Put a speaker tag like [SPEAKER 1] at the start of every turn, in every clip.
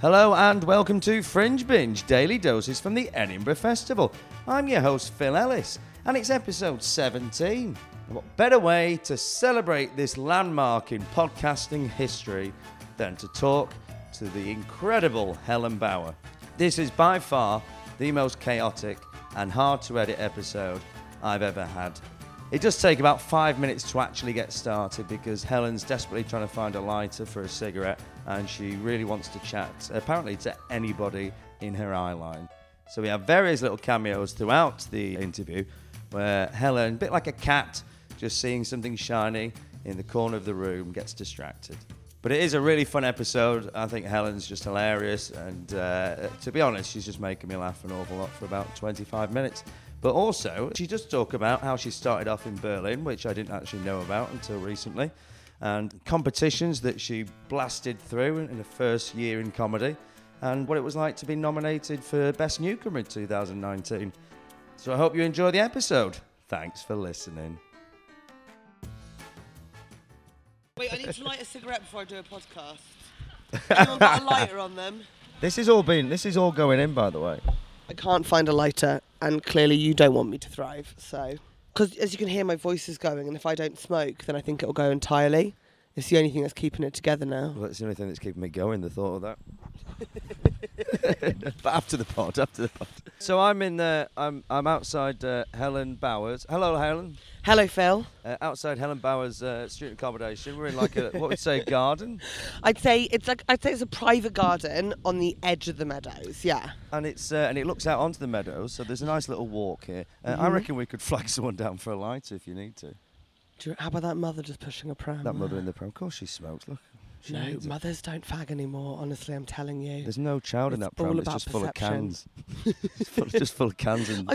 [SPEAKER 1] Hello and welcome to Fringe Binge Daily Doses from the Edinburgh Festival. I'm your host, Phil Ellis, and it's episode 17. What better way to celebrate this landmark in podcasting history than to talk to the incredible Helen Bauer? This is by far the most chaotic and hard to edit episode I've ever had. It does take about five minutes to actually get started because Helen's desperately trying to find a lighter for a cigarette and she really wants to chat, apparently, to anybody in her eye line. So we have various little cameos throughout the interview where Helen, a bit like a cat, just seeing something shiny in the corner of the room, gets distracted. But it is a really fun episode. I think Helen's just hilarious. And uh, to be honest, she's just making me laugh an awful lot for about 25 minutes. But also, she does talk about how she started off in Berlin, which I didn't actually know about until recently, and competitions that she blasted through in her first year in comedy, and what it was like to be nominated for Best Newcomer in 2019. So I hope you enjoy the episode. Thanks for listening.
[SPEAKER 2] Wait, I need to light a cigarette before I do a podcast. Anyone got a lighter on them?
[SPEAKER 1] This is all been. This is all going in, by the way.
[SPEAKER 2] I can't find a lighter, and clearly you don't want me to thrive. So, because as you can hear, my voice is going, and if I don't smoke, then I think it'll go entirely. It's the only thing that's keeping it together now.
[SPEAKER 1] Well, that's the only thing that's keeping me going, the thought of that. but after the pod, after the pod. So I'm in the, I'm, I'm outside uh, Helen Bowers. Hello, Helen.
[SPEAKER 2] Hello, Phil.
[SPEAKER 1] Uh, outside Helen Bowers' uh, student accommodation. We're in like a, what would say, garden.
[SPEAKER 2] I'd say it's like I'd say it's a private garden on the edge of the meadows. Yeah.
[SPEAKER 1] And it's, uh, and it looks out onto the meadows. So there's a nice little walk here. Uh,
[SPEAKER 2] Mm-hmm.
[SPEAKER 1] I reckon we could flag someone down for a lighter if you need to.
[SPEAKER 2] Do you, how about that mother just pushing a pram?
[SPEAKER 1] That mother in the pram. Of course she smokes, look. She
[SPEAKER 2] No,
[SPEAKER 1] needs it.
[SPEAKER 2] mothers don't fag anymore. Honestly, I'm telling you.
[SPEAKER 1] There's no child in
[SPEAKER 2] It's
[SPEAKER 1] that pram.
[SPEAKER 2] all
[SPEAKER 1] It's
[SPEAKER 2] about
[SPEAKER 1] just full of
[SPEAKER 2] perception.
[SPEAKER 1] cans. It's full- just full of cans and
[SPEAKER 2] I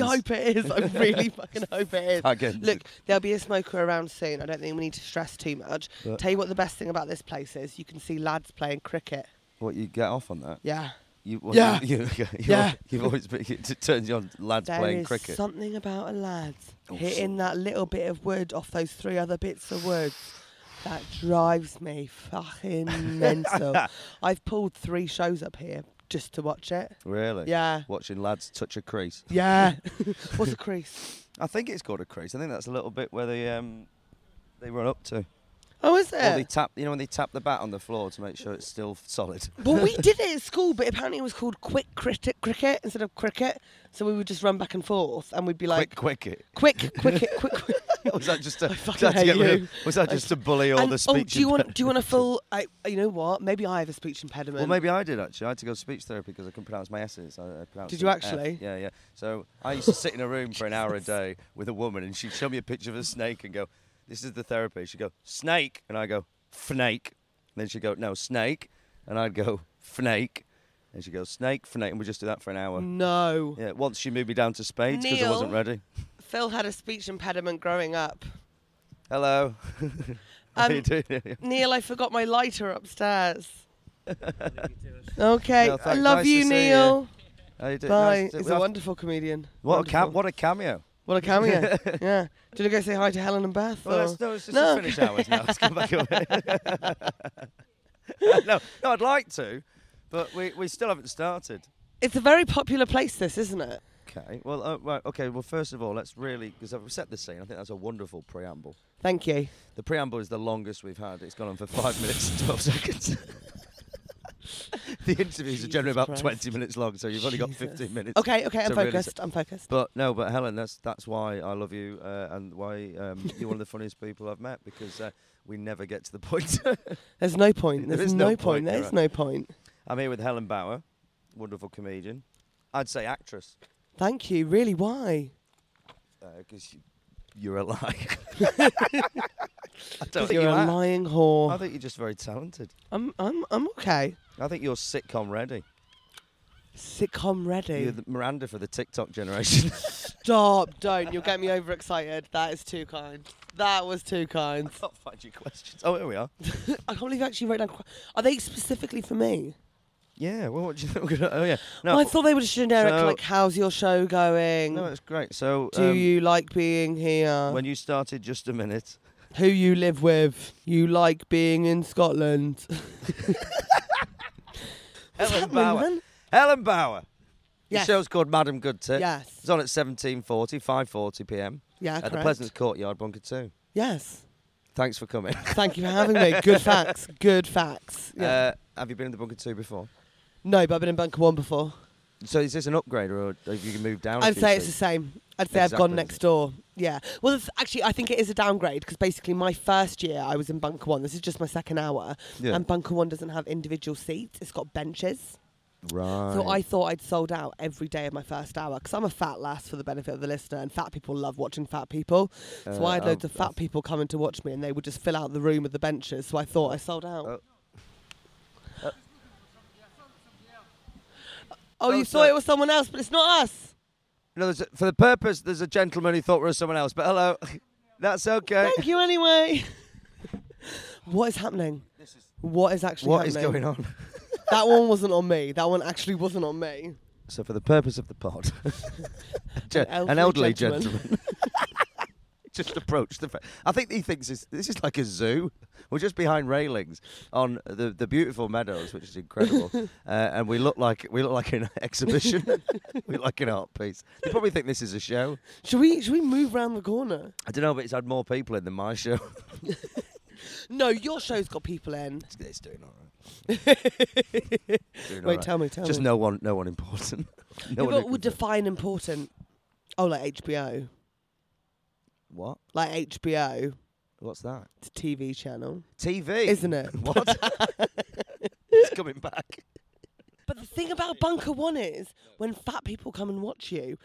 [SPEAKER 1] faggots.
[SPEAKER 2] hope it is. I really fucking hope it is.
[SPEAKER 1] Faggots.
[SPEAKER 2] Look, there'll be a smoker around soon. I don't think we need to stress too much.
[SPEAKER 1] But-
[SPEAKER 2] Tell you what, the best thing about this place is you can see lads playing cricket.
[SPEAKER 1] What you get off on that?
[SPEAKER 2] Yeah,
[SPEAKER 1] You, what,
[SPEAKER 2] Yeah.
[SPEAKER 1] You, you, you,
[SPEAKER 2] Yeah.
[SPEAKER 1] You've always been. It turns you on lads
[SPEAKER 2] There is
[SPEAKER 1] playing cricket.
[SPEAKER 2] something about a lad
[SPEAKER 1] Oh,
[SPEAKER 2] hitting that little bit of wood off those three other bits of wood that drives me fucking mental. I've pulled three shows up here just to watch it.
[SPEAKER 1] Really?
[SPEAKER 2] Yeah,
[SPEAKER 1] Watching lads touch a crease.
[SPEAKER 2] yeah. What's a crease?
[SPEAKER 1] I think it's called a crease. I think that's a little bit where they um they run up to.
[SPEAKER 2] Oh, is
[SPEAKER 1] Or they
[SPEAKER 2] it?
[SPEAKER 1] tap. You know when they tap the bat on the floor to make sure it's still solid.
[SPEAKER 2] Well, we did it at school, but apparently it was called quick cricket, cricket instead of cricket. So we would just run back and forth, and we'd be like,
[SPEAKER 1] quick, quick it.
[SPEAKER 2] quick, quick, quick, quick. quick.
[SPEAKER 1] Was that just to, was
[SPEAKER 2] fucking
[SPEAKER 1] that to
[SPEAKER 2] hate
[SPEAKER 1] get rid
[SPEAKER 2] you.
[SPEAKER 1] of, Was that
[SPEAKER 2] I-
[SPEAKER 1] just to bully all
[SPEAKER 2] And-
[SPEAKER 1] the speech?
[SPEAKER 2] oh, do you want?
[SPEAKER 1] imped-
[SPEAKER 2] Do you want a full? I, you know what? Maybe I have a speech impediment.
[SPEAKER 1] Well, maybe I did actually. I had to go to speech therapy because I couldn't pronounce my S's. I, I pronounced
[SPEAKER 2] Did you
[SPEAKER 1] them F.
[SPEAKER 2] actually?
[SPEAKER 1] Yeah, yeah. So I used to sit in a room for an hour a day with a woman, and she'd show me a picture of a snake and go, "This is the therapy." She'd go, "Snake," and I go, "Fnake," and then she'd go, "No, snake," and I'd go, "Fnake," and she goes, "Snake, fnake," and we just do that for an hour.
[SPEAKER 2] No.
[SPEAKER 1] Yeah. Once she moved me down to spades because I wasn't
[SPEAKER 2] Mm. Neil?
[SPEAKER 1] ready.
[SPEAKER 2] Phil had a speech impediment growing up.
[SPEAKER 1] Hello. How
[SPEAKER 2] Um,
[SPEAKER 1] you doing?
[SPEAKER 2] Neil, I forgot my lighter upstairs. okay,
[SPEAKER 1] No,
[SPEAKER 2] I
[SPEAKER 1] thank-
[SPEAKER 2] love
[SPEAKER 1] nice to
[SPEAKER 2] you,
[SPEAKER 1] see
[SPEAKER 2] Neil.
[SPEAKER 1] How you doing?
[SPEAKER 2] Bye.
[SPEAKER 1] Nice to-
[SPEAKER 2] He's
[SPEAKER 1] we
[SPEAKER 2] a
[SPEAKER 1] have-
[SPEAKER 2] wonderful comedian.
[SPEAKER 1] What a
[SPEAKER 2] Wonderful.
[SPEAKER 1] cam- what a cameo.
[SPEAKER 2] What a cameo. yeah. Do you want to go say hi to Helen and Beth?
[SPEAKER 1] Well,
[SPEAKER 2] or-
[SPEAKER 1] let's, no, let's just
[SPEAKER 2] No.
[SPEAKER 1] finish ours now. Let's come back away. no, no, I'd like to, but we, we still haven't started.
[SPEAKER 2] It's a very popular place, this, isn't it?
[SPEAKER 1] Okay. Well, uh, right. Okay. Well, first of all, let's really because I've set the scene. I think that's a wonderful preamble.
[SPEAKER 2] Thank you.
[SPEAKER 1] The preamble is the longest we've had. It's gone on for five minutes and twelve seconds. the interviews are generally
[SPEAKER 2] Jesus
[SPEAKER 1] about
[SPEAKER 2] Christ.
[SPEAKER 1] twenty minutes long, so you've only got
[SPEAKER 2] Jesus.
[SPEAKER 1] fifteen minutes.
[SPEAKER 2] Okay, okay, I'm
[SPEAKER 1] So really
[SPEAKER 2] focused. I'm focused.
[SPEAKER 1] But no, but Helen, that's that's why I love you uh, and why um, you're one of the funniest people I've met because uh, we never get to the point.
[SPEAKER 2] There's no point.
[SPEAKER 1] There
[SPEAKER 2] There's
[SPEAKER 1] is no
[SPEAKER 2] no, point.
[SPEAKER 1] point,
[SPEAKER 2] There
[SPEAKER 1] you're
[SPEAKER 2] is
[SPEAKER 1] right.
[SPEAKER 2] no point.
[SPEAKER 1] I'm here with Helen Bauer, wonderful comedian. I'd say actress uh,
[SPEAKER 2] Thank you. Really, why?
[SPEAKER 1] because you, are a lie. I don't
[SPEAKER 2] 'Cause
[SPEAKER 1] think
[SPEAKER 2] you're
[SPEAKER 1] you
[SPEAKER 2] a
[SPEAKER 1] are.
[SPEAKER 2] lying
[SPEAKER 1] I
[SPEAKER 2] whore.
[SPEAKER 1] think you're just very talented.
[SPEAKER 2] I'm, I'm, I'm okay.
[SPEAKER 1] I think you're sitcom ready.
[SPEAKER 2] Sitcom ready.
[SPEAKER 1] You're the Miranda for the TikTok generation.
[SPEAKER 2] Stop! Don't. You'll get me overexcited. That is too kind. That was too kind.
[SPEAKER 1] can't find your questions. Oh, here we are.
[SPEAKER 2] I can't believe you actually wrote down. qu- Are they specifically for me?
[SPEAKER 1] Yeah. Well, what do you think? we're gonna- Oh, yeah. No.
[SPEAKER 2] Well, I thought they were just generic.
[SPEAKER 1] So-
[SPEAKER 2] like, how's your show going?
[SPEAKER 1] no, it's great. So,
[SPEAKER 2] Do
[SPEAKER 1] um,
[SPEAKER 2] you like being here?
[SPEAKER 1] when you started just a minute,
[SPEAKER 2] Who you live with? You like being in Scotland?
[SPEAKER 1] Helen
[SPEAKER 2] happening,
[SPEAKER 1] Bauer.
[SPEAKER 2] man?
[SPEAKER 1] Helen Bauer.
[SPEAKER 2] Yes.
[SPEAKER 1] The show's called Madam Good Tip.
[SPEAKER 2] Yes.
[SPEAKER 1] It's on at 17.40, 5.40 p.m.
[SPEAKER 2] Yeah,
[SPEAKER 1] At the
[SPEAKER 2] correct.
[SPEAKER 1] Pleasance Courtyard, Bunker 2.
[SPEAKER 2] Yes.
[SPEAKER 1] Thanks for coming.
[SPEAKER 2] Thank you for having me. Good facts. Good facts. Yeah.
[SPEAKER 1] Uh, have you been in the Bunker 2 before?
[SPEAKER 2] no, but I've been in Bunker One before.
[SPEAKER 1] So is this an upgrade or have you moved down? a
[SPEAKER 2] I'd
[SPEAKER 1] few
[SPEAKER 2] say it's the
[SPEAKER 1] seats?
[SPEAKER 2] same. I'd say I've
[SPEAKER 1] Exactly,
[SPEAKER 2] gone
[SPEAKER 1] is
[SPEAKER 2] next
[SPEAKER 1] it?
[SPEAKER 2] door. Yeah. Well, it's, actually, I think it is a downgrade because basically my first year I was in Bunker One. This is just my second hour,
[SPEAKER 1] Yeah.
[SPEAKER 2] and Bunker One doesn't have individual seats. It's got benches.
[SPEAKER 1] Right.
[SPEAKER 2] So I thought I'd sold out every day of my first hour because I'm a fat lass for the benefit of the listener, and fat people love watching fat people. So
[SPEAKER 1] Uh,
[SPEAKER 2] I had loads
[SPEAKER 1] I've-
[SPEAKER 2] of fat people coming to watch me, and they would just fill out the room with the benches. So I thought I sold out.
[SPEAKER 1] Oh. Oh.
[SPEAKER 2] Oh,
[SPEAKER 1] Oh,
[SPEAKER 2] you
[SPEAKER 1] so-
[SPEAKER 2] thought it was someone else, but it's not us.
[SPEAKER 1] No, there's a, for the purpose, there's a gentleman who thought we were someone else, but hello. That's okay.
[SPEAKER 2] Thank you anyway. what is happening? What is actually
[SPEAKER 1] What is
[SPEAKER 2] happening?
[SPEAKER 1] going on?
[SPEAKER 2] That one wasn't on me. That one actually wasn't on me.
[SPEAKER 1] So, for the purpose of the pod, ge-
[SPEAKER 2] elderly
[SPEAKER 1] an elderly gentleman,
[SPEAKER 2] gentleman.
[SPEAKER 1] just approached the. Fa- I think he thinks this, this is like a zoo. We're just behind railings on the, the beautiful meadows, which is incredible, uh, and we look like we look like an exhibition. we look like an art piece. They probably think this is a show.
[SPEAKER 2] Should we should we move round the corner?
[SPEAKER 1] I don't know, but it's had more people in than my show.
[SPEAKER 2] No, your show's got people in.
[SPEAKER 1] it's, it's doing all right. Doing all
[SPEAKER 2] Wait,
[SPEAKER 1] right.
[SPEAKER 2] tell me, tell
[SPEAKER 1] just
[SPEAKER 2] me.
[SPEAKER 1] no one, no one important. no
[SPEAKER 2] yeah,
[SPEAKER 1] one who
[SPEAKER 2] but would
[SPEAKER 1] comes in.
[SPEAKER 2] define important. Oh, like HBO,
[SPEAKER 1] what?
[SPEAKER 2] like HBO,
[SPEAKER 1] What's that?
[SPEAKER 2] it's a TV channel,
[SPEAKER 1] TV,
[SPEAKER 2] isn't it?
[SPEAKER 1] What? it's coming back.
[SPEAKER 2] But the thing about Bunker One is, when fat people come and watch you,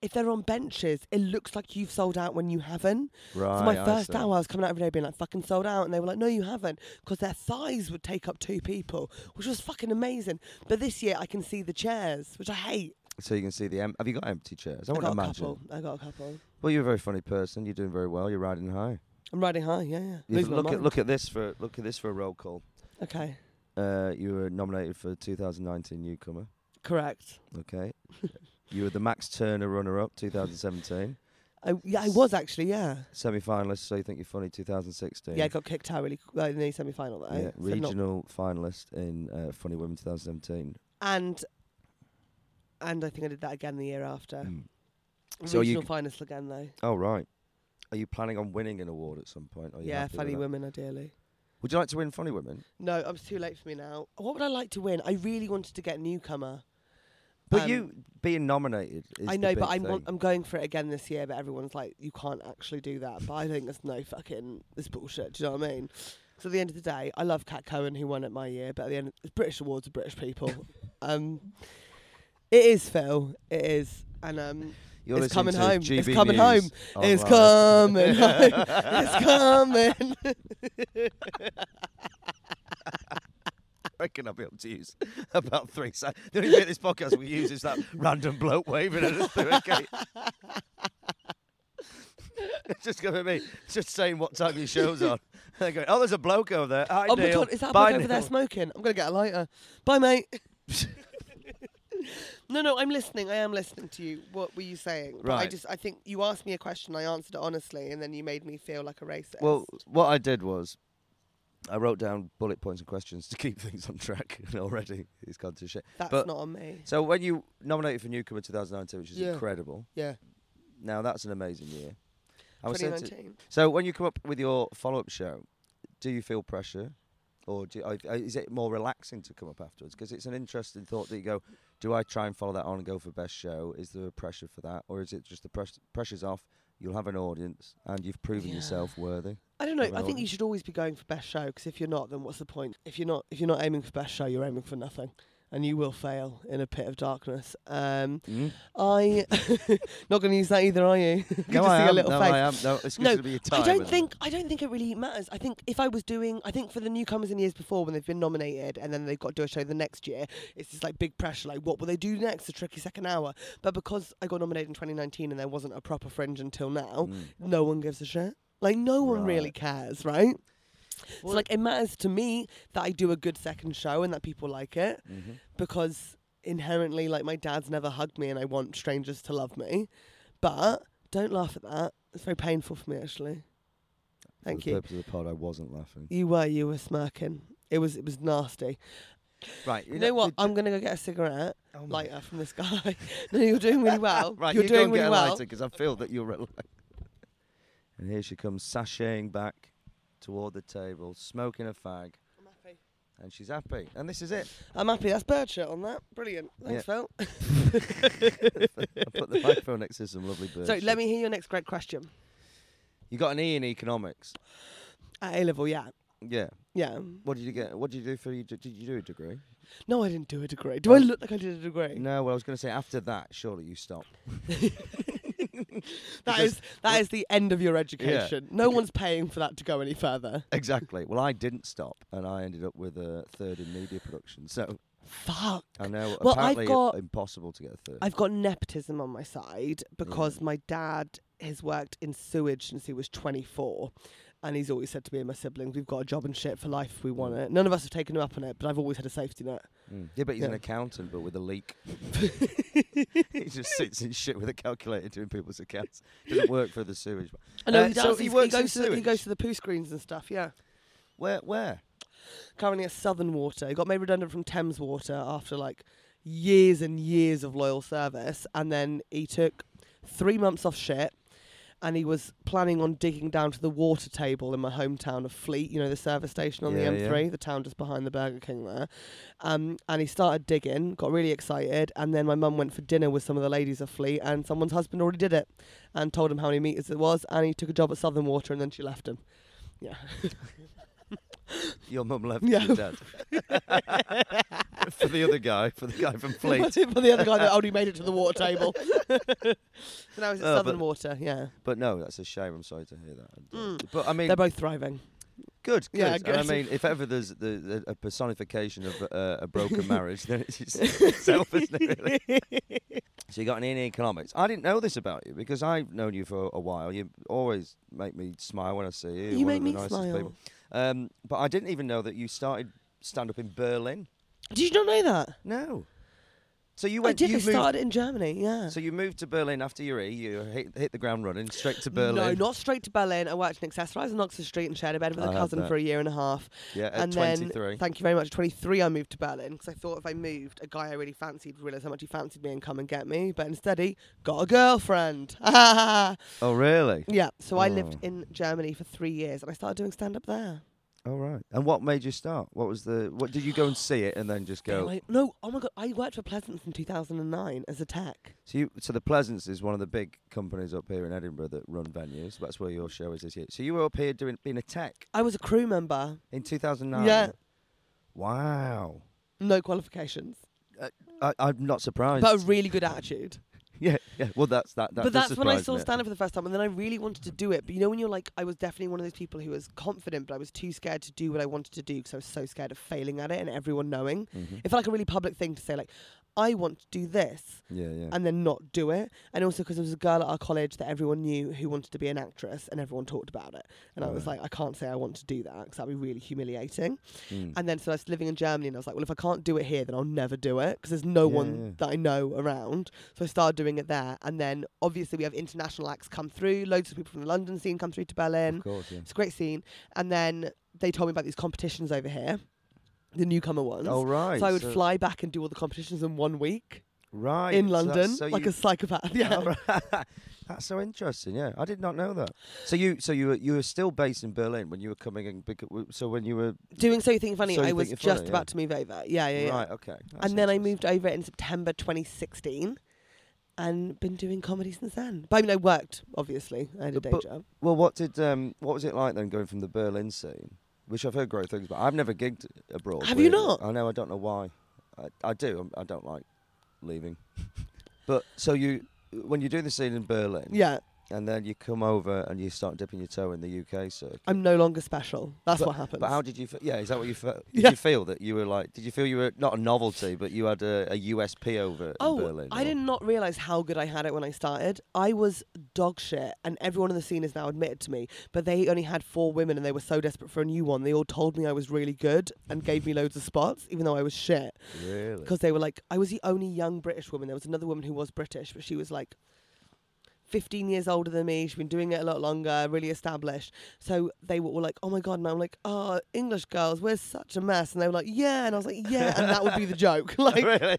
[SPEAKER 2] if they're on benches, it looks like you've sold out when you haven't.
[SPEAKER 1] Right.
[SPEAKER 2] So my
[SPEAKER 1] I
[SPEAKER 2] first
[SPEAKER 1] see.
[SPEAKER 2] hour, I was coming out every day being like, fucking sold out. And they were like, no, you haven't. Because their thighs would take up two people, which was fucking amazing. But this year, I can see the chairs, which I hate.
[SPEAKER 1] So you can see the. Em- have you got empty chairs? I,
[SPEAKER 2] I
[SPEAKER 1] wouldn't
[SPEAKER 2] got a
[SPEAKER 1] imagine.
[SPEAKER 2] couple. I got a couple.
[SPEAKER 1] Well, you're a very funny person. You're doing very well. You're riding high.
[SPEAKER 2] I'm riding high, yeah, yeah.
[SPEAKER 1] Yeah, but
[SPEAKER 2] Losing my
[SPEAKER 1] look at
[SPEAKER 2] mind.
[SPEAKER 1] look at this for look at this for a roll call.
[SPEAKER 2] Okay,
[SPEAKER 1] Uh, you were nominated for 2019 newcomer.
[SPEAKER 2] correct.
[SPEAKER 1] Okay. you were the Max Turner runner-up 2017
[SPEAKER 2] I, yeah, I was actually, yeah.
[SPEAKER 1] semi-finalist. So you think you're funny 2016.
[SPEAKER 2] Yeah, I got kicked out really uh, in the semi final, though.
[SPEAKER 1] Yeah,
[SPEAKER 2] So not-
[SPEAKER 1] regional finalist in uh, Funny Women 2017.
[SPEAKER 2] and and I think I did that again the year after.
[SPEAKER 1] Mm. So
[SPEAKER 2] So
[SPEAKER 1] you
[SPEAKER 2] Regional
[SPEAKER 1] c-
[SPEAKER 2] finals again, though.
[SPEAKER 1] Oh right. Are you planning on winning an award at some point? Are Oh, you
[SPEAKER 2] yeah,
[SPEAKER 1] happy with
[SPEAKER 2] funny
[SPEAKER 1] that?
[SPEAKER 2] women, ideally.
[SPEAKER 1] Would you like to win Funny Women?
[SPEAKER 2] No, I'm too late for me now. What would I like to win? I really wanted to get newcomer.
[SPEAKER 1] But
[SPEAKER 2] Um,
[SPEAKER 1] you being nominated is
[SPEAKER 2] I
[SPEAKER 1] the
[SPEAKER 2] know,
[SPEAKER 1] big
[SPEAKER 2] but I'm
[SPEAKER 1] thing.
[SPEAKER 2] I'm going for it again this year. But everyone's like, you can't actually do that. But I think that's no fucking this bullshit. Do you know what I mean? So at the end of the day, I love Kat Cohen who won it my year. But at the end, it's British awards are British people. um, it is Phil. It is. And um,
[SPEAKER 1] You're
[SPEAKER 2] It's
[SPEAKER 1] listening
[SPEAKER 2] coming
[SPEAKER 1] to
[SPEAKER 2] home.
[SPEAKER 1] GB
[SPEAKER 2] It's coming
[SPEAKER 1] News Oh,
[SPEAKER 2] home. it's
[SPEAKER 1] online.
[SPEAKER 2] coming. home. it's coming.
[SPEAKER 1] I reckon I'll be able to use about three seconds. The only bit of this podcast we use is that random bloke waving at us through a gate. it's just going to be me just saying what time your show's on. They're going, oh, there's a bloke over there. Hi,
[SPEAKER 2] oh my
[SPEAKER 1] Neil.
[SPEAKER 2] god, is that
[SPEAKER 1] Bye,
[SPEAKER 2] bloke over there
[SPEAKER 1] Neil."
[SPEAKER 2] smoking? I'm gonna get a lighter. Bye, mate. no, no, I'm listening. I am listening to you. What were you saying? But I
[SPEAKER 1] Right.
[SPEAKER 2] just, I think you asked me a question. I answered it honestly, and then you made me feel like a racist.
[SPEAKER 1] Well, what I did was I wrote down bullet points and questions to keep things on track. And already it's gone to shit.
[SPEAKER 2] that's
[SPEAKER 1] but-
[SPEAKER 2] not on me.
[SPEAKER 1] So when you nominated for Newcomer 2019, which is
[SPEAKER 2] Yeah.
[SPEAKER 1] incredible,
[SPEAKER 2] Yeah,
[SPEAKER 1] now that's an amazing year. I was saying to-
[SPEAKER 2] 2019.
[SPEAKER 1] So when you come up with your follow-up show, do you feel pressure, or do you, uh, is it more relaxing to come up afterwards? Because it's an interesting thought that you go, do I try and follow that on and go for best show? Is there a pressure for that, or is it just the press- pressure's off? You'll have an audience, and you've proven
[SPEAKER 2] Yeah.
[SPEAKER 1] yourself worthy.
[SPEAKER 2] I don't know.
[SPEAKER 1] Well,
[SPEAKER 2] I think you should always be going for best show because if you're not, then what's the point? If you're not, if you're not aiming for best show, you're aiming for nothing, and you will fail in a pit of darkness. Um,
[SPEAKER 1] Hmm?
[SPEAKER 2] I not going to use that either, are you? you
[SPEAKER 1] No,
[SPEAKER 2] just
[SPEAKER 1] I
[SPEAKER 2] see
[SPEAKER 1] am.
[SPEAKER 2] a little
[SPEAKER 1] no,
[SPEAKER 2] face.
[SPEAKER 1] I am. No, it's
[SPEAKER 2] No,
[SPEAKER 1] going to be a Mm. time.
[SPEAKER 2] I don't
[SPEAKER 1] isn't it?
[SPEAKER 2] think I don't think it really matters. I think if I was doing, I think for the newcomers in years before when they've been nominated and then they've got to do a show the next year, it's just like big pressure. Like, what will they do next? A tricky second hour. But because I got nominated in 2019 and there wasn't a proper fringe until now,
[SPEAKER 1] Mm.
[SPEAKER 2] no one gives a shit. Like, no one really
[SPEAKER 1] Right.
[SPEAKER 2] cares, right? so like, it matters to me that I do a good second show and that people like it
[SPEAKER 1] Mhm.
[SPEAKER 2] because inherently, like, my dad's never hugged me and I want strangers to love me. But don't laugh at that. It's very painful for me, actually. Thank
[SPEAKER 1] for the
[SPEAKER 2] you.
[SPEAKER 1] purpose of the pod, I wasn't laughing.
[SPEAKER 2] You were, you were smirking. It was, it was nasty.
[SPEAKER 1] Right.
[SPEAKER 2] You know what? I'm gonna go get a cigarette
[SPEAKER 1] Oh my-
[SPEAKER 2] lighter from this guy. no, you're doing really well.
[SPEAKER 1] Right,
[SPEAKER 2] you're
[SPEAKER 1] you
[SPEAKER 2] doing
[SPEAKER 1] go and
[SPEAKER 2] really
[SPEAKER 1] get a
[SPEAKER 2] well.
[SPEAKER 1] lighter because I feel that you're at light. And here she comes sashaying back toward the table, smoking a fag,
[SPEAKER 2] I'm happy.
[SPEAKER 1] and she's happy. And this is it.
[SPEAKER 2] I'm happy. That's bird shit on that. Brilliant. Thanks, Phil.
[SPEAKER 1] I put the microphone next to some lovely birds.
[SPEAKER 2] So let me hear your next great question.
[SPEAKER 1] You got an E in economics.
[SPEAKER 2] At A level, yeah,
[SPEAKER 1] Yeah.
[SPEAKER 2] yeah.
[SPEAKER 1] What did you get? What did you do for you? Did you do a degree?
[SPEAKER 2] No, I didn't do a degree. Do I look like I did a degree?
[SPEAKER 1] No. Well, I was going to say after that, surely you stop.
[SPEAKER 2] That
[SPEAKER 1] Because-
[SPEAKER 2] is that is the end of your education. No one's paying for that to go any further.
[SPEAKER 1] Exactly. Well, I didn't stop, and I ended up with a third in media production. So
[SPEAKER 2] Fuck.
[SPEAKER 1] I know
[SPEAKER 2] Well, I've
[SPEAKER 1] apparently i-
[SPEAKER 2] got-
[SPEAKER 1] impossible to get a third.
[SPEAKER 2] I've got nepotism on my side because
[SPEAKER 1] Mm.
[SPEAKER 2] my dad has worked in sewage since he was 24. And he's always said to me and my siblings, we've got a job and shit for life if we want it. None of us have taken him up on it, but I've always had a safety net.
[SPEAKER 1] Mm. Yeah, but he's an
[SPEAKER 2] Yeah.
[SPEAKER 1] accountant, but with a leak. he just sits in shit with a calculator doing people's accounts. Doesn't work for the sewage.
[SPEAKER 2] I know
[SPEAKER 1] Uh,
[SPEAKER 2] he does.
[SPEAKER 1] so
[SPEAKER 2] He's-
[SPEAKER 1] he
[SPEAKER 2] he,
[SPEAKER 1] works in
[SPEAKER 2] goes to the, he
[SPEAKER 1] sewage?
[SPEAKER 2] goes to the poo screens and stuff, yeah.
[SPEAKER 1] Where? Where?
[SPEAKER 2] Currently at Southern Water. He got made redundant from Thames Water after like years and years of loyal service. And then he took three months off shit and he was planning on digging down to the water table in my hometown of Fleet, you know, the service station on
[SPEAKER 1] Yeah,
[SPEAKER 2] the
[SPEAKER 1] yeah.
[SPEAKER 2] M3, the town just behind the Burger King there. Um, and he started digging, got really excited. And then my mum went for dinner with some of the ladies of Fleet and someone's husband already did it and told him how many metres it was. And he took a job at Southern Water and then she left him. Yeah.
[SPEAKER 1] Your mum left
[SPEAKER 2] Yeah.
[SPEAKER 1] your dad for the other guy, for the guy from Fleet.
[SPEAKER 2] for the other guy that only made it to the water table. so now he's at
[SPEAKER 1] Oh,
[SPEAKER 2] Southern
[SPEAKER 1] but-
[SPEAKER 2] Water, yeah.
[SPEAKER 1] But no, that's a shame. I'm sorry to hear that. And, uh, But I mean,
[SPEAKER 2] Hmm. They're both thriving.
[SPEAKER 1] good, good.
[SPEAKER 2] yeah,
[SPEAKER 1] And I
[SPEAKER 2] good.
[SPEAKER 1] mean, if ever there's the, the, a personification of uh, a broken marriage, then it's itself, isn't it? Really? So you got an E in economics. I didn't know this about you because I've known you for a while. You always make me smile when I see you.
[SPEAKER 2] You
[SPEAKER 1] You're one
[SPEAKER 2] make
[SPEAKER 1] of the
[SPEAKER 2] me
[SPEAKER 1] nicest
[SPEAKER 2] smile.
[SPEAKER 1] people. Um, but I didn't even know that you started stand up in Berlin.
[SPEAKER 2] Did you not know that?
[SPEAKER 1] No. So you
[SPEAKER 2] I
[SPEAKER 1] went.
[SPEAKER 2] did.
[SPEAKER 1] you
[SPEAKER 2] I
[SPEAKER 1] moved,
[SPEAKER 2] started in Germany, yeah.
[SPEAKER 1] So you moved to Berlin after your E. You hit, hit the ground running straight to Berlin.
[SPEAKER 2] No, not straight to Berlin. I worked in accessorize on Oxford Street and shared a bed
[SPEAKER 1] I
[SPEAKER 2] with a
[SPEAKER 1] had
[SPEAKER 2] cousin
[SPEAKER 1] that.
[SPEAKER 2] for a year and a half.
[SPEAKER 1] Yeah, at
[SPEAKER 2] and
[SPEAKER 1] 23.
[SPEAKER 2] then, thank you very much. At 23, I moved to Berlin because I thought if I moved, a guy I really fancied would realize how much he fancied me and come and get me. But instead, he got a girlfriend.
[SPEAKER 1] oh really?
[SPEAKER 2] yeah. So I lived
[SPEAKER 1] Oh.
[SPEAKER 2] in Germany for three years and I started doing stand up there.
[SPEAKER 1] All right. And what made you start? What was the? What did you go and see it and then just
[SPEAKER 2] Yeah,
[SPEAKER 1] go?
[SPEAKER 2] I- no, oh my god, I worked for Pleasance in 2009 as a tech.
[SPEAKER 1] So you, so the Pleasance is one of the big companies up here in Edinburgh that run venues. That's where your show is this year. So you were up here doing being a tech
[SPEAKER 2] I was a crew member.
[SPEAKER 1] in 2009.
[SPEAKER 2] Yeah.
[SPEAKER 1] Wow.
[SPEAKER 2] No qualifications,
[SPEAKER 1] I, I'm not surprised.
[SPEAKER 2] but a really good attitude.
[SPEAKER 1] yeah, yeah. Well, that's that. that
[SPEAKER 2] but
[SPEAKER 1] does
[SPEAKER 2] that's when I
[SPEAKER 1] surprise
[SPEAKER 2] saw
[SPEAKER 1] me.
[SPEAKER 2] stand up for the first time, and then I really wanted to do it. But you know, when you're like, I was definitely one of those people who was confident, but I was too scared to do what I wanted to do because I was so scared of failing at it and everyone knowing.
[SPEAKER 1] Mhm.
[SPEAKER 2] It felt like a really public thing to say, like, I want to do this.
[SPEAKER 1] Yeah, yeah.
[SPEAKER 2] and then not do it. And also because there was a girl at our college that everyone knew who wanted to be an actress, and everyone talked about it. And I was
[SPEAKER 1] Right.
[SPEAKER 2] like, I can't say I want to do that because that'd be really humiliating.
[SPEAKER 1] Mm.
[SPEAKER 2] And then so I was living in Germany, and I was like, well, if I can't do it here, then I'll never do it because there's no
[SPEAKER 1] Yeah,
[SPEAKER 2] one
[SPEAKER 1] yeah.
[SPEAKER 2] that I know around. So I started doing it there. And then obviously we have international acts come through. Loads of people from the London scene come through to Berlin.
[SPEAKER 1] of course, yeah.
[SPEAKER 2] It's a great scene. And then they told me about these competitions over here, the newcomer ones.
[SPEAKER 1] Oh right.
[SPEAKER 2] so I would fly back and do all the competitions in one week
[SPEAKER 1] right
[SPEAKER 2] in
[SPEAKER 1] so that's-
[SPEAKER 2] London,
[SPEAKER 1] so
[SPEAKER 2] like
[SPEAKER 1] you-
[SPEAKER 2] a psychopath. Yeah.
[SPEAKER 1] Oh, right. That's so interesting. Yeah, I did not know that. So you, so you, were, you were still based in Berlin when you were coming in. becau- w- So when you were
[SPEAKER 2] Doing So You Think You're Funny,
[SPEAKER 1] So You
[SPEAKER 2] I
[SPEAKER 1] Think
[SPEAKER 2] was
[SPEAKER 1] You're
[SPEAKER 2] just
[SPEAKER 1] Funny, yeah.
[SPEAKER 2] about to move over. Yeah, yeah, yeah.
[SPEAKER 1] right, okay. That's
[SPEAKER 2] and then I
[SPEAKER 1] interesting.
[SPEAKER 2] moved over in September 2016 and been doing comedy since then. But I mean, I worked, obviously. I had a day
[SPEAKER 1] But-
[SPEAKER 2] job.
[SPEAKER 1] Well, what did um, what was it like then going from the Berlin scene, which I've heard great things about? I've never gigged abroad.
[SPEAKER 2] Have you
[SPEAKER 1] weirdly.
[SPEAKER 2] not?
[SPEAKER 1] I know. I don't know why. I, I do. I'm- I don't like leaving. but so you, when you do the scene in Berlin,
[SPEAKER 2] Yeah,
[SPEAKER 1] and then you come over and you start dipping your toe in the UK circuit.
[SPEAKER 2] I'm no longer special. That's
[SPEAKER 1] But-
[SPEAKER 2] what happens.
[SPEAKER 1] But how did you? Fe- yeah, is that what you felt? Did
[SPEAKER 2] Yeah.
[SPEAKER 1] you feel that you were like? Did you feel you were not a novelty, but you had a, a USP over
[SPEAKER 2] Oh,
[SPEAKER 1] in Berlin?
[SPEAKER 2] I
[SPEAKER 1] or-
[SPEAKER 2] did not realize how good I had it when I started. I was dog shit, and everyone in the scene has now admitted to me. But they only had four women, and they were so desperate for a new one. They all told me I was really good and gave me loads of spots, even though I was shit.
[SPEAKER 1] Really?
[SPEAKER 2] because they were like, I was the only young British woman. There was another woman who was British, but she was like 15 years older than me. She's been doing it a lot longer, really established. So they were all like, oh my God. And I'm like, oh, English girls, we're such a mess. And they were like, yeah. And I was like, yeah. And that would be the joke. Like,
[SPEAKER 1] Really?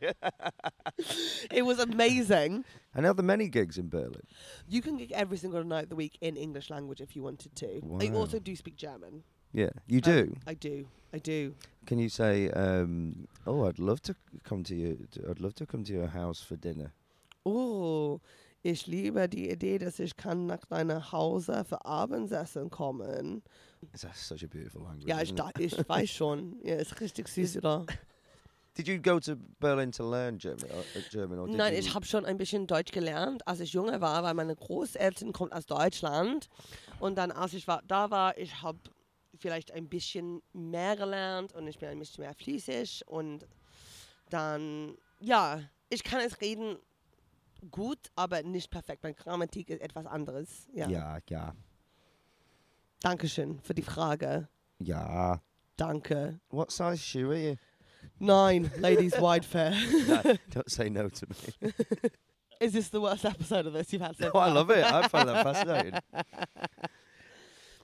[SPEAKER 2] it was amazing.
[SPEAKER 1] And are there many gigs in Berlin?
[SPEAKER 2] You can gig every single night of the week in English language if you wanted to. I
[SPEAKER 1] Wow.
[SPEAKER 2] also do speak German.
[SPEAKER 1] Yeah, you
[SPEAKER 2] Um,
[SPEAKER 1] do.
[SPEAKER 2] I do. I do.
[SPEAKER 1] Can you say, um, "Oh, I'd love to come to you. I'd love to come to your house for dinner."
[SPEAKER 2] Oh, ich liebe die Idee, dass ich kann nach deiner Hause für Abendessen kommen.
[SPEAKER 1] It's a- such a beautiful language.
[SPEAKER 2] Ja, ich,
[SPEAKER 1] isn't it?
[SPEAKER 2] da, ich weiß schon. Ja, ist richtig süß, oder?
[SPEAKER 1] Did you go to Berlin to learn German? Or, uh, German or did
[SPEAKER 2] Nein,
[SPEAKER 1] you...
[SPEAKER 2] ich habe schon ein bisschen Deutsch gelernt, als ich jünger war, weil meine Großeltern kommen aus Deutschland. Und dann, als ich war, da war, ich habe vielleicht ein bisschen mehr gelernt und ich bin ein bisschen mehr fließig. Und dann, ja, ich kann es reden gut, aber nicht perfekt. Meine Grammatik ist etwas anderes. Ja.
[SPEAKER 1] Ja, ja,
[SPEAKER 2] Dankeschön für die Frage.
[SPEAKER 1] yeah.
[SPEAKER 2] Danke.
[SPEAKER 1] What size shoe are you?
[SPEAKER 2] Nein, Ladies Wide Fair.
[SPEAKER 1] No, don't say no to me.
[SPEAKER 2] Is this the worst episode of this you've had so
[SPEAKER 1] No,
[SPEAKER 2] far?
[SPEAKER 1] I love it. I find that fascinating.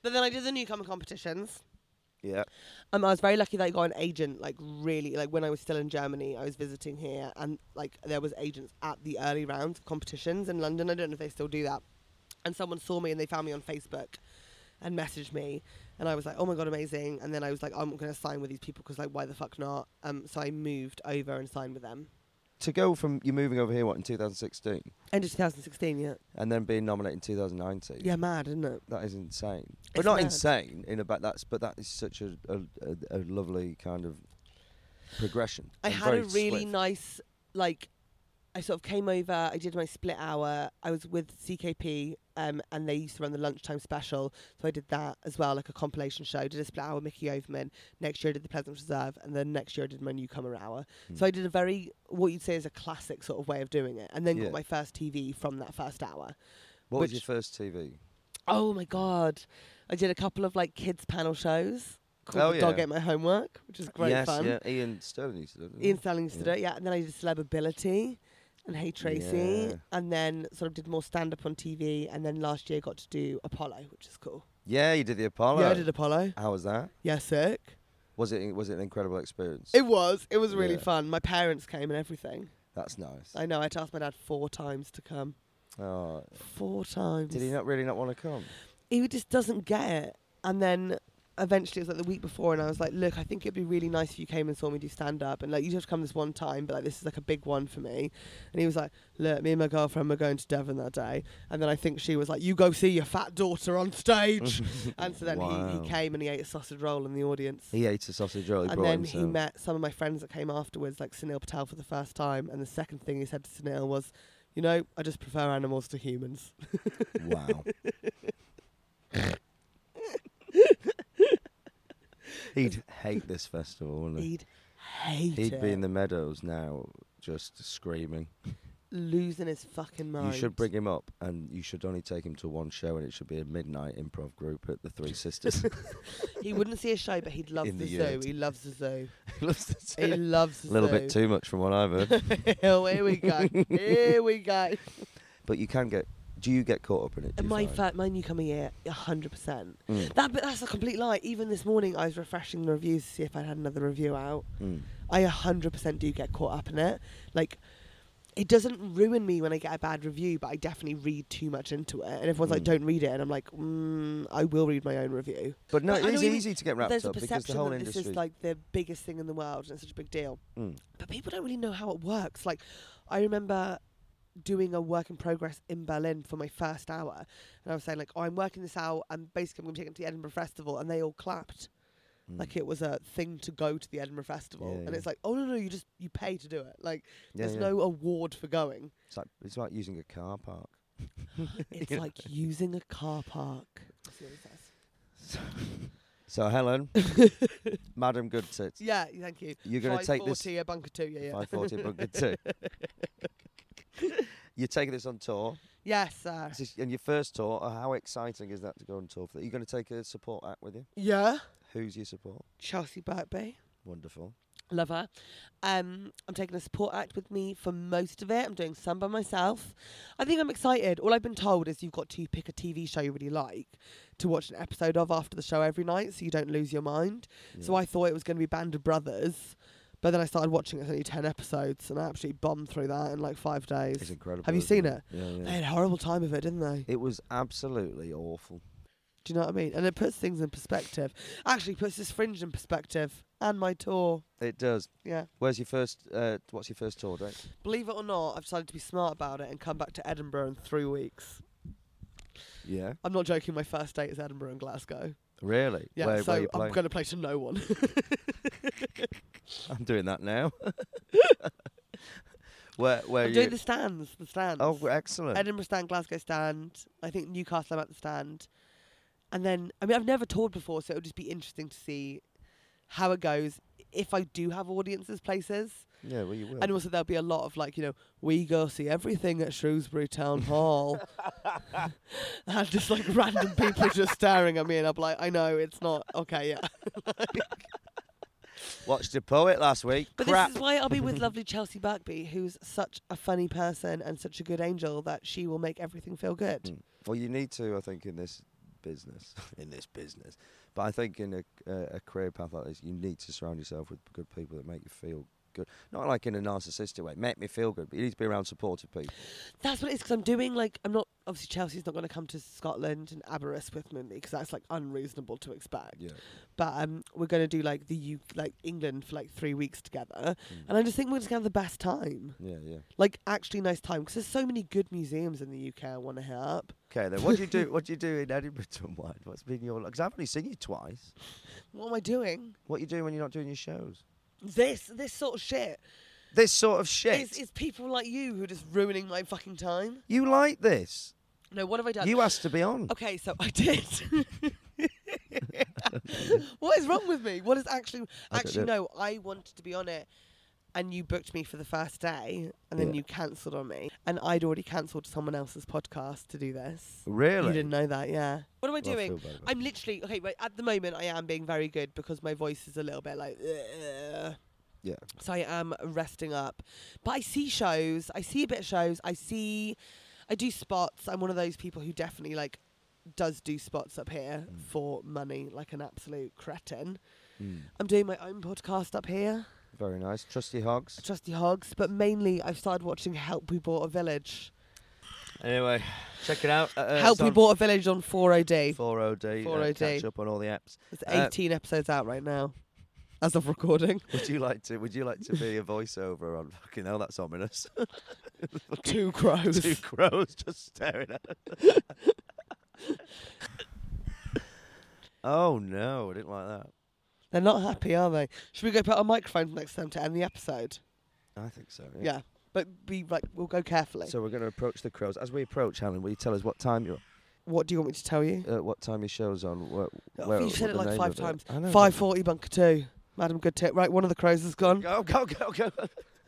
[SPEAKER 2] But then I did the newcomer competitions.
[SPEAKER 1] Yeah.
[SPEAKER 2] Um, I was very lucky that I got an agent, like really, like when I was still in Germany, I was visiting here, and like there was agents at the early rounds of competitions in London. I don't know if they still do that. And someone saw me and they found me on Facebook, and messaged me, and I was like, oh my god, amazing. And then I was like, I'm gonna sign with these people because like why the fuck not? Um, so I moved over and signed with them.
[SPEAKER 1] To go from you moving over here, what in 2016,
[SPEAKER 2] End of 2016, yeah.
[SPEAKER 1] and then being nominated in 2019.
[SPEAKER 2] Yeah, mad, isn't it?
[SPEAKER 1] That is insane. But
[SPEAKER 2] It's
[SPEAKER 1] not
[SPEAKER 2] mad.
[SPEAKER 1] insane in about that's but that is such a a, a, a lovely kind of progression.
[SPEAKER 2] I
[SPEAKER 1] and
[SPEAKER 2] had a
[SPEAKER 1] very
[SPEAKER 2] really
[SPEAKER 1] swift.
[SPEAKER 2] nice like I sort of came over, I did my split hour. I was with CKP um, and they used to run the lunchtime special. So I did that as well, like a compilation show. Did a split hour with Mickey Overman. Next year I did the Pleasant Reserve and then next year I did my newcomer hour.
[SPEAKER 1] Hmm.
[SPEAKER 2] So I did a very what you'd say is a classic sort of way of doing it. And then
[SPEAKER 1] Yeah.
[SPEAKER 2] got my first TV from that first hour.
[SPEAKER 1] What was your
[SPEAKER 2] which-
[SPEAKER 1] first TV?
[SPEAKER 2] Oh my god. I did a couple of like kids panel shows called
[SPEAKER 1] Oh,
[SPEAKER 2] The Dog
[SPEAKER 1] yeah.
[SPEAKER 2] Ate My Homework, which is great
[SPEAKER 1] yes,
[SPEAKER 2] fun.
[SPEAKER 1] yeah, Ian Sterling used to do. it, didn't he?
[SPEAKER 2] Ian Sterling used to do
[SPEAKER 1] Mm. Yeah.
[SPEAKER 2] it, yeah. And then I did Celebability and Hey Tracy.
[SPEAKER 1] Yeah.
[SPEAKER 2] And then sort of did more stand up on TV. And then last year got to do Apollo, which is cool.
[SPEAKER 1] Yeah, you did the Apollo.
[SPEAKER 2] Yeah, I did Apollo.
[SPEAKER 1] How was that?
[SPEAKER 2] Yeah, sick.
[SPEAKER 1] Was it was it an incredible experience?
[SPEAKER 2] It was. It was really
[SPEAKER 1] Yeah.
[SPEAKER 2] fun. My parents came and everything.
[SPEAKER 1] That's nice.
[SPEAKER 2] I know. I had to ask my dad four times to come.
[SPEAKER 1] Oh,
[SPEAKER 2] Four times.
[SPEAKER 1] did he not really not want to come?
[SPEAKER 2] He just doesn't get it. And then eventually it was like the week before, and I was like, look, I think it'd be really nice if you came and saw me do stand up. And like, you would have to come this one time, but like, this is like a big one for me. And he was like, look, me and my girlfriend were going to Devon that day. And then I think she was like, you go see your fat daughter on stage. and so then he,
[SPEAKER 1] Wow.
[SPEAKER 2] he came and he ate a sausage roll in the audience.
[SPEAKER 1] He ate a sausage roll. He
[SPEAKER 2] and
[SPEAKER 1] brought
[SPEAKER 2] then
[SPEAKER 1] himself.
[SPEAKER 2] he met some of my friends that came afterwards, like Sunil Patel for the first time. And the second thing he said to Sunil was, you know, I just prefer animals to humans.
[SPEAKER 1] Wow. He'd hate this festival, wouldn't he?
[SPEAKER 2] He'd hate
[SPEAKER 1] He'd
[SPEAKER 2] it.
[SPEAKER 1] be in the meadows now, just screaming.
[SPEAKER 2] losing his fucking mind.
[SPEAKER 1] You should bring him up, and you should only take him to one show, and it should be a midnight improv group at the Three Sisters.
[SPEAKER 2] He wouldn't see a show, but he'd love
[SPEAKER 1] In
[SPEAKER 2] the,
[SPEAKER 1] the
[SPEAKER 2] zoo.
[SPEAKER 1] yurt.
[SPEAKER 2] He loves the zoo.
[SPEAKER 1] He loves to say
[SPEAKER 2] He
[SPEAKER 1] it.
[SPEAKER 2] loves the
[SPEAKER 1] a little bit
[SPEAKER 2] zoo.
[SPEAKER 1] too much from what I've heard.
[SPEAKER 2] oh, here we go. Here we go.
[SPEAKER 1] but you can get. Do you get caught up in it? Do
[SPEAKER 2] And
[SPEAKER 1] you
[SPEAKER 2] my
[SPEAKER 1] find?
[SPEAKER 2] fa- my newcomer year, hundred percent.
[SPEAKER 1] Mm,
[SPEAKER 2] That but that's a complete lie. Even this morning, I was refreshing the reviews to see if I'd had another review out.
[SPEAKER 1] mm.
[SPEAKER 2] I 100% do get caught up in it. Like, it doesn't ruin me when I get a bad review, but I definitely read too much into it. And everyone's like,
[SPEAKER 1] Mm.
[SPEAKER 2] don't read it. And I'm like, mm, I will read my own review.
[SPEAKER 1] But no,
[SPEAKER 2] But I
[SPEAKER 1] it
[SPEAKER 2] know
[SPEAKER 1] is
[SPEAKER 2] you-
[SPEAKER 1] easy to get wrapped
[SPEAKER 2] There's a
[SPEAKER 1] up because the
[SPEAKER 2] perception
[SPEAKER 1] whole
[SPEAKER 2] that
[SPEAKER 1] industry.
[SPEAKER 2] this is like the biggest thing in the world and it's such a big deal.
[SPEAKER 1] Mm.
[SPEAKER 2] But people don't really know how it works. Like, I remember doing a work in progress in Berlin for my first hour, and I was saying like, "Oh, I'm working this out, and basically I'm going to take it to the Edinburgh Festival," and they all clapped
[SPEAKER 1] mm.
[SPEAKER 2] like it was a thing to go to the Edinburgh Festival.
[SPEAKER 1] Yeah,
[SPEAKER 2] and
[SPEAKER 1] yeah.
[SPEAKER 2] it's like, "Oh no, no, you just you pay to do it. Like,
[SPEAKER 1] Yeah,
[SPEAKER 2] there's
[SPEAKER 1] yeah.
[SPEAKER 2] no award for going.
[SPEAKER 1] It's like it's like using a car park.
[SPEAKER 2] It's like using a car park." That's what it says.
[SPEAKER 1] So Helen, Madam Good Tits,
[SPEAKER 2] Yeah, thank you.
[SPEAKER 1] you're going to take this
[SPEAKER 2] 540 a bunker two. Yeah, yeah.
[SPEAKER 1] 540 bunker two. You're taking this on tour,
[SPEAKER 2] Yes, sir.
[SPEAKER 1] This is- and your first tour. uh, How exciting is that to go on tour? For that? You're going to take a support act with you.
[SPEAKER 2] Yeah.
[SPEAKER 1] Who's your support?
[SPEAKER 2] Chelsea Birkby.
[SPEAKER 1] Wonderful.
[SPEAKER 2] Love her. Um, I'm taking a support act with me for most of it. I'm doing some by myself. I think I'm excited. All I've been told is you've got to pick a TV show you really like to watch an episode of after the show every night so you don't lose your mind. So I thought it was going to be Band of Brothers, but then I started watching it. It's only 10 episodes and I absolutely bombed through that in like five days.
[SPEAKER 1] It's incredible.
[SPEAKER 2] Have you
[SPEAKER 1] isn't
[SPEAKER 2] seen it?
[SPEAKER 1] Yeah, yeah.
[SPEAKER 2] They had a horrible time of it, didn't they?
[SPEAKER 1] It was absolutely awful.
[SPEAKER 2] Do you know what I mean? And it puts things in perspective. Actually, puts this fringe in perspective and my tour.
[SPEAKER 1] It does.
[SPEAKER 2] Yeah.
[SPEAKER 1] Where's your first? Uh, what's your first tour date?
[SPEAKER 2] Believe it or not, I've decided to be smart about it and come back to Edinburgh in three weeks.
[SPEAKER 1] Yeah.
[SPEAKER 2] I'm not joking. My first date is Edinburgh and Glasgow.
[SPEAKER 1] Really?
[SPEAKER 2] Yeah,
[SPEAKER 1] where,
[SPEAKER 2] so
[SPEAKER 1] where you
[SPEAKER 2] I'm
[SPEAKER 1] playing?
[SPEAKER 2] going to play to no one.
[SPEAKER 1] I'm doing that now. where? Where
[SPEAKER 2] I'm
[SPEAKER 1] you?
[SPEAKER 2] doing the stands, the stands.
[SPEAKER 1] oh, excellent.
[SPEAKER 2] Edinburgh stand, Glasgow stand. I think Newcastle I'm at the stand, and then I mean I've never toured before, so it'll just be interesting to see how it goes. If I do have audiences, places,
[SPEAKER 1] yeah, well, you will.
[SPEAKER 2] and also there'll be a lot of like you know we go see everything at Shrewsbury Town Hall, and just like random people just staring at me, and I'm like, I know it's not okay, yeah.
[SPEAKER 1] Watched a poet last week.
[SPEAKER 2] But
[SPEAKER 1] Crap.
[SPEAKER 2] this is why I'll be with lovely Chelsea Backby, who's such a funny person and such a good angel that she will make everything feel good.
[SPEAKER 1] Mm. Well, you need to, I think, in this business, in this business. But I think in a, a, a career path like this, you need to surround yourself with good people that make you feel good. Not like in a narcissistic way, make me feel good. But you need to be around supportive people.
[SPEAKER 2] That's what it is because I'm doing like I'm not obviously Chelsea's not going to come to Scotland and Aberystwyth with me because that's like unreasonable to expect.
[SPEAKER 1] Yeah.
[SPEAKER 2] But um, we're going to do like the U like England for like three weeks together, and I just think we're just going to have the best time.
[SPEAKER 1] Yeah, yeah.
[SPEAKER 2] like actually nice time because there's so many good museums in the UK I want to hit up.
[SPEAKER 1] Okay, then what do you do? What do you do in Edinburgh, Tom White? What's been your? Because I've only seen you twice.
[SPEAKER 2] What am I doing?
[SPEAKER 1] What you do when you're not doing your shows?
[SPEAKER 2] This this sort of shit.
[SPEAKER 1] This sort of shit.
[SPEAKER 2] It's, it's people like you who are just ruining my fucking time.
[SPEAKER 1] you like this?
[SPEAKER 2] No, what have I done?
[SPEAKER 1] You asked to be on.
[SPEAKER 2] okay, so I did. what is wrong with me? What is actually
[SPEAKER 1] I don't
[SPEAKER 2] actually
[SPEAKER 1] know.
[SPEAKER 2] no? I wanted to be on it, and you booked me for the first day, and then
[SPEAKER 1] Yeah.
[SPEAKER 2] you cancelled on me, and I'd already cancelled someone else's podcast to do this.
[SPEAKER 1] Really?
[SPEAKER 2] You didn't know that, yeah. What am
[SPEAKER 1] Well,
[SPEAKER 2] I
[SPEAKER 1] I
[SPEAKER 2] doing?
[SPEAKER 1] feel bad about
[SPEAKER 2] I'm literally okay. Right, at the moment, I am being very good because my voice is a little bit like. "Ugh."
[SPEAKER 1] Yeah.
[SPEAKER 2] So I am resting up, but I see shows. I see a bit of shows. I see, I do spots. I'm one of those people who definitely like does do spots up here for money, like an absolute cretin.
[SPEAKER 1] Mm.
[SPEAKER 2] I'm doing my own podcast up here,
[SPEAKER 1] Very nice. Trusty hogs.
[SPEAKER 2] Trusty Hogs, but mainly I've started watching Help We Bought a Village.
[SPEAKER 1] Anyway, check it out. Uh, uh,
[SPEAKER 2] Help
[SPEAKER 1] it's
[SPEAKER 2] We
[SPEAKER 1] on
[SPEAKER 2] Bought a Village on 4OD.
[SPEAKER 1] 4OD.
[SPEAKER 2] 4OD.
[SPEAKER 1] Uh, catch up on all the apps.
[SPEAKER 2] It's
[SPEAKER 1] Uh,
[SPEAKER 2] 18 episodes out right now, as of recording.
[SPEAKER 1] Would you like to? Would you like to be a voiceover on fucking hell? That's ominous.
[SPEAKER 2] Two crows.
[SPEAKER 1] Two crows just staring at us. oh no! I didn't like that.
[SPEAKER 2] They're not happy, are they? Should we go put our microphones next to them to end the episode?
[SPEAKER 1] I think so.
[SPEAKER 2] Yeah. But be like, we'll go carefully.
[SPEAKER 1] So we're going to approach the crows. As we approach, Helen, will you tell us what time you
[SPEAKER 2] what do you want me to tell you?
[SPEAKER 1] uh, what time your show's on? Where,
[SPEAKER 2] Oh,
[SPEAKER 1] where,
[SPEAKER 2] you
[SPEAKER 1] what
[SPEAKER 2] said it
[SPEAKER 1] the
[SPEAKER 2] like
[SPEAKER 1] name
[SPEAKER 2] five
[SPEAKER 1] of it?
[SPEAKER 2] times.
[SPEAKER 1] I know.
[SPEAKER 2] 540 bunker two. Madam Good Tip. Right, one of the crows is gone.
[SPEAKER 1] Go go go go!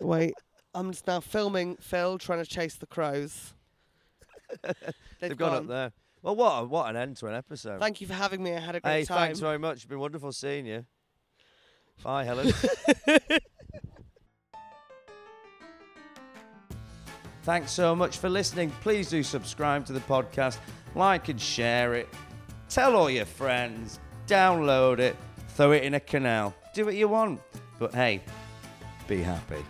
[SPEAKER 2] Wait. I'm just now filming Phil trying to chase the crows. They've,
[SPEAKER 1] They've gone up there. Well, what a, what an end to an episode.
[SPEAKER 2] Thank you for having me. I had a great
[SPEAKER 1] hey,
[SPEAKER 2] time.
[SPEAKER 1] thanks very much. It's been wonderful seeing you. Bye, Helen. Thanks so much for listening. Please do subscribe to the podcast, like and share it, tell all your friends, download it, throw it in a canal. Do what you want. But hey, be happy.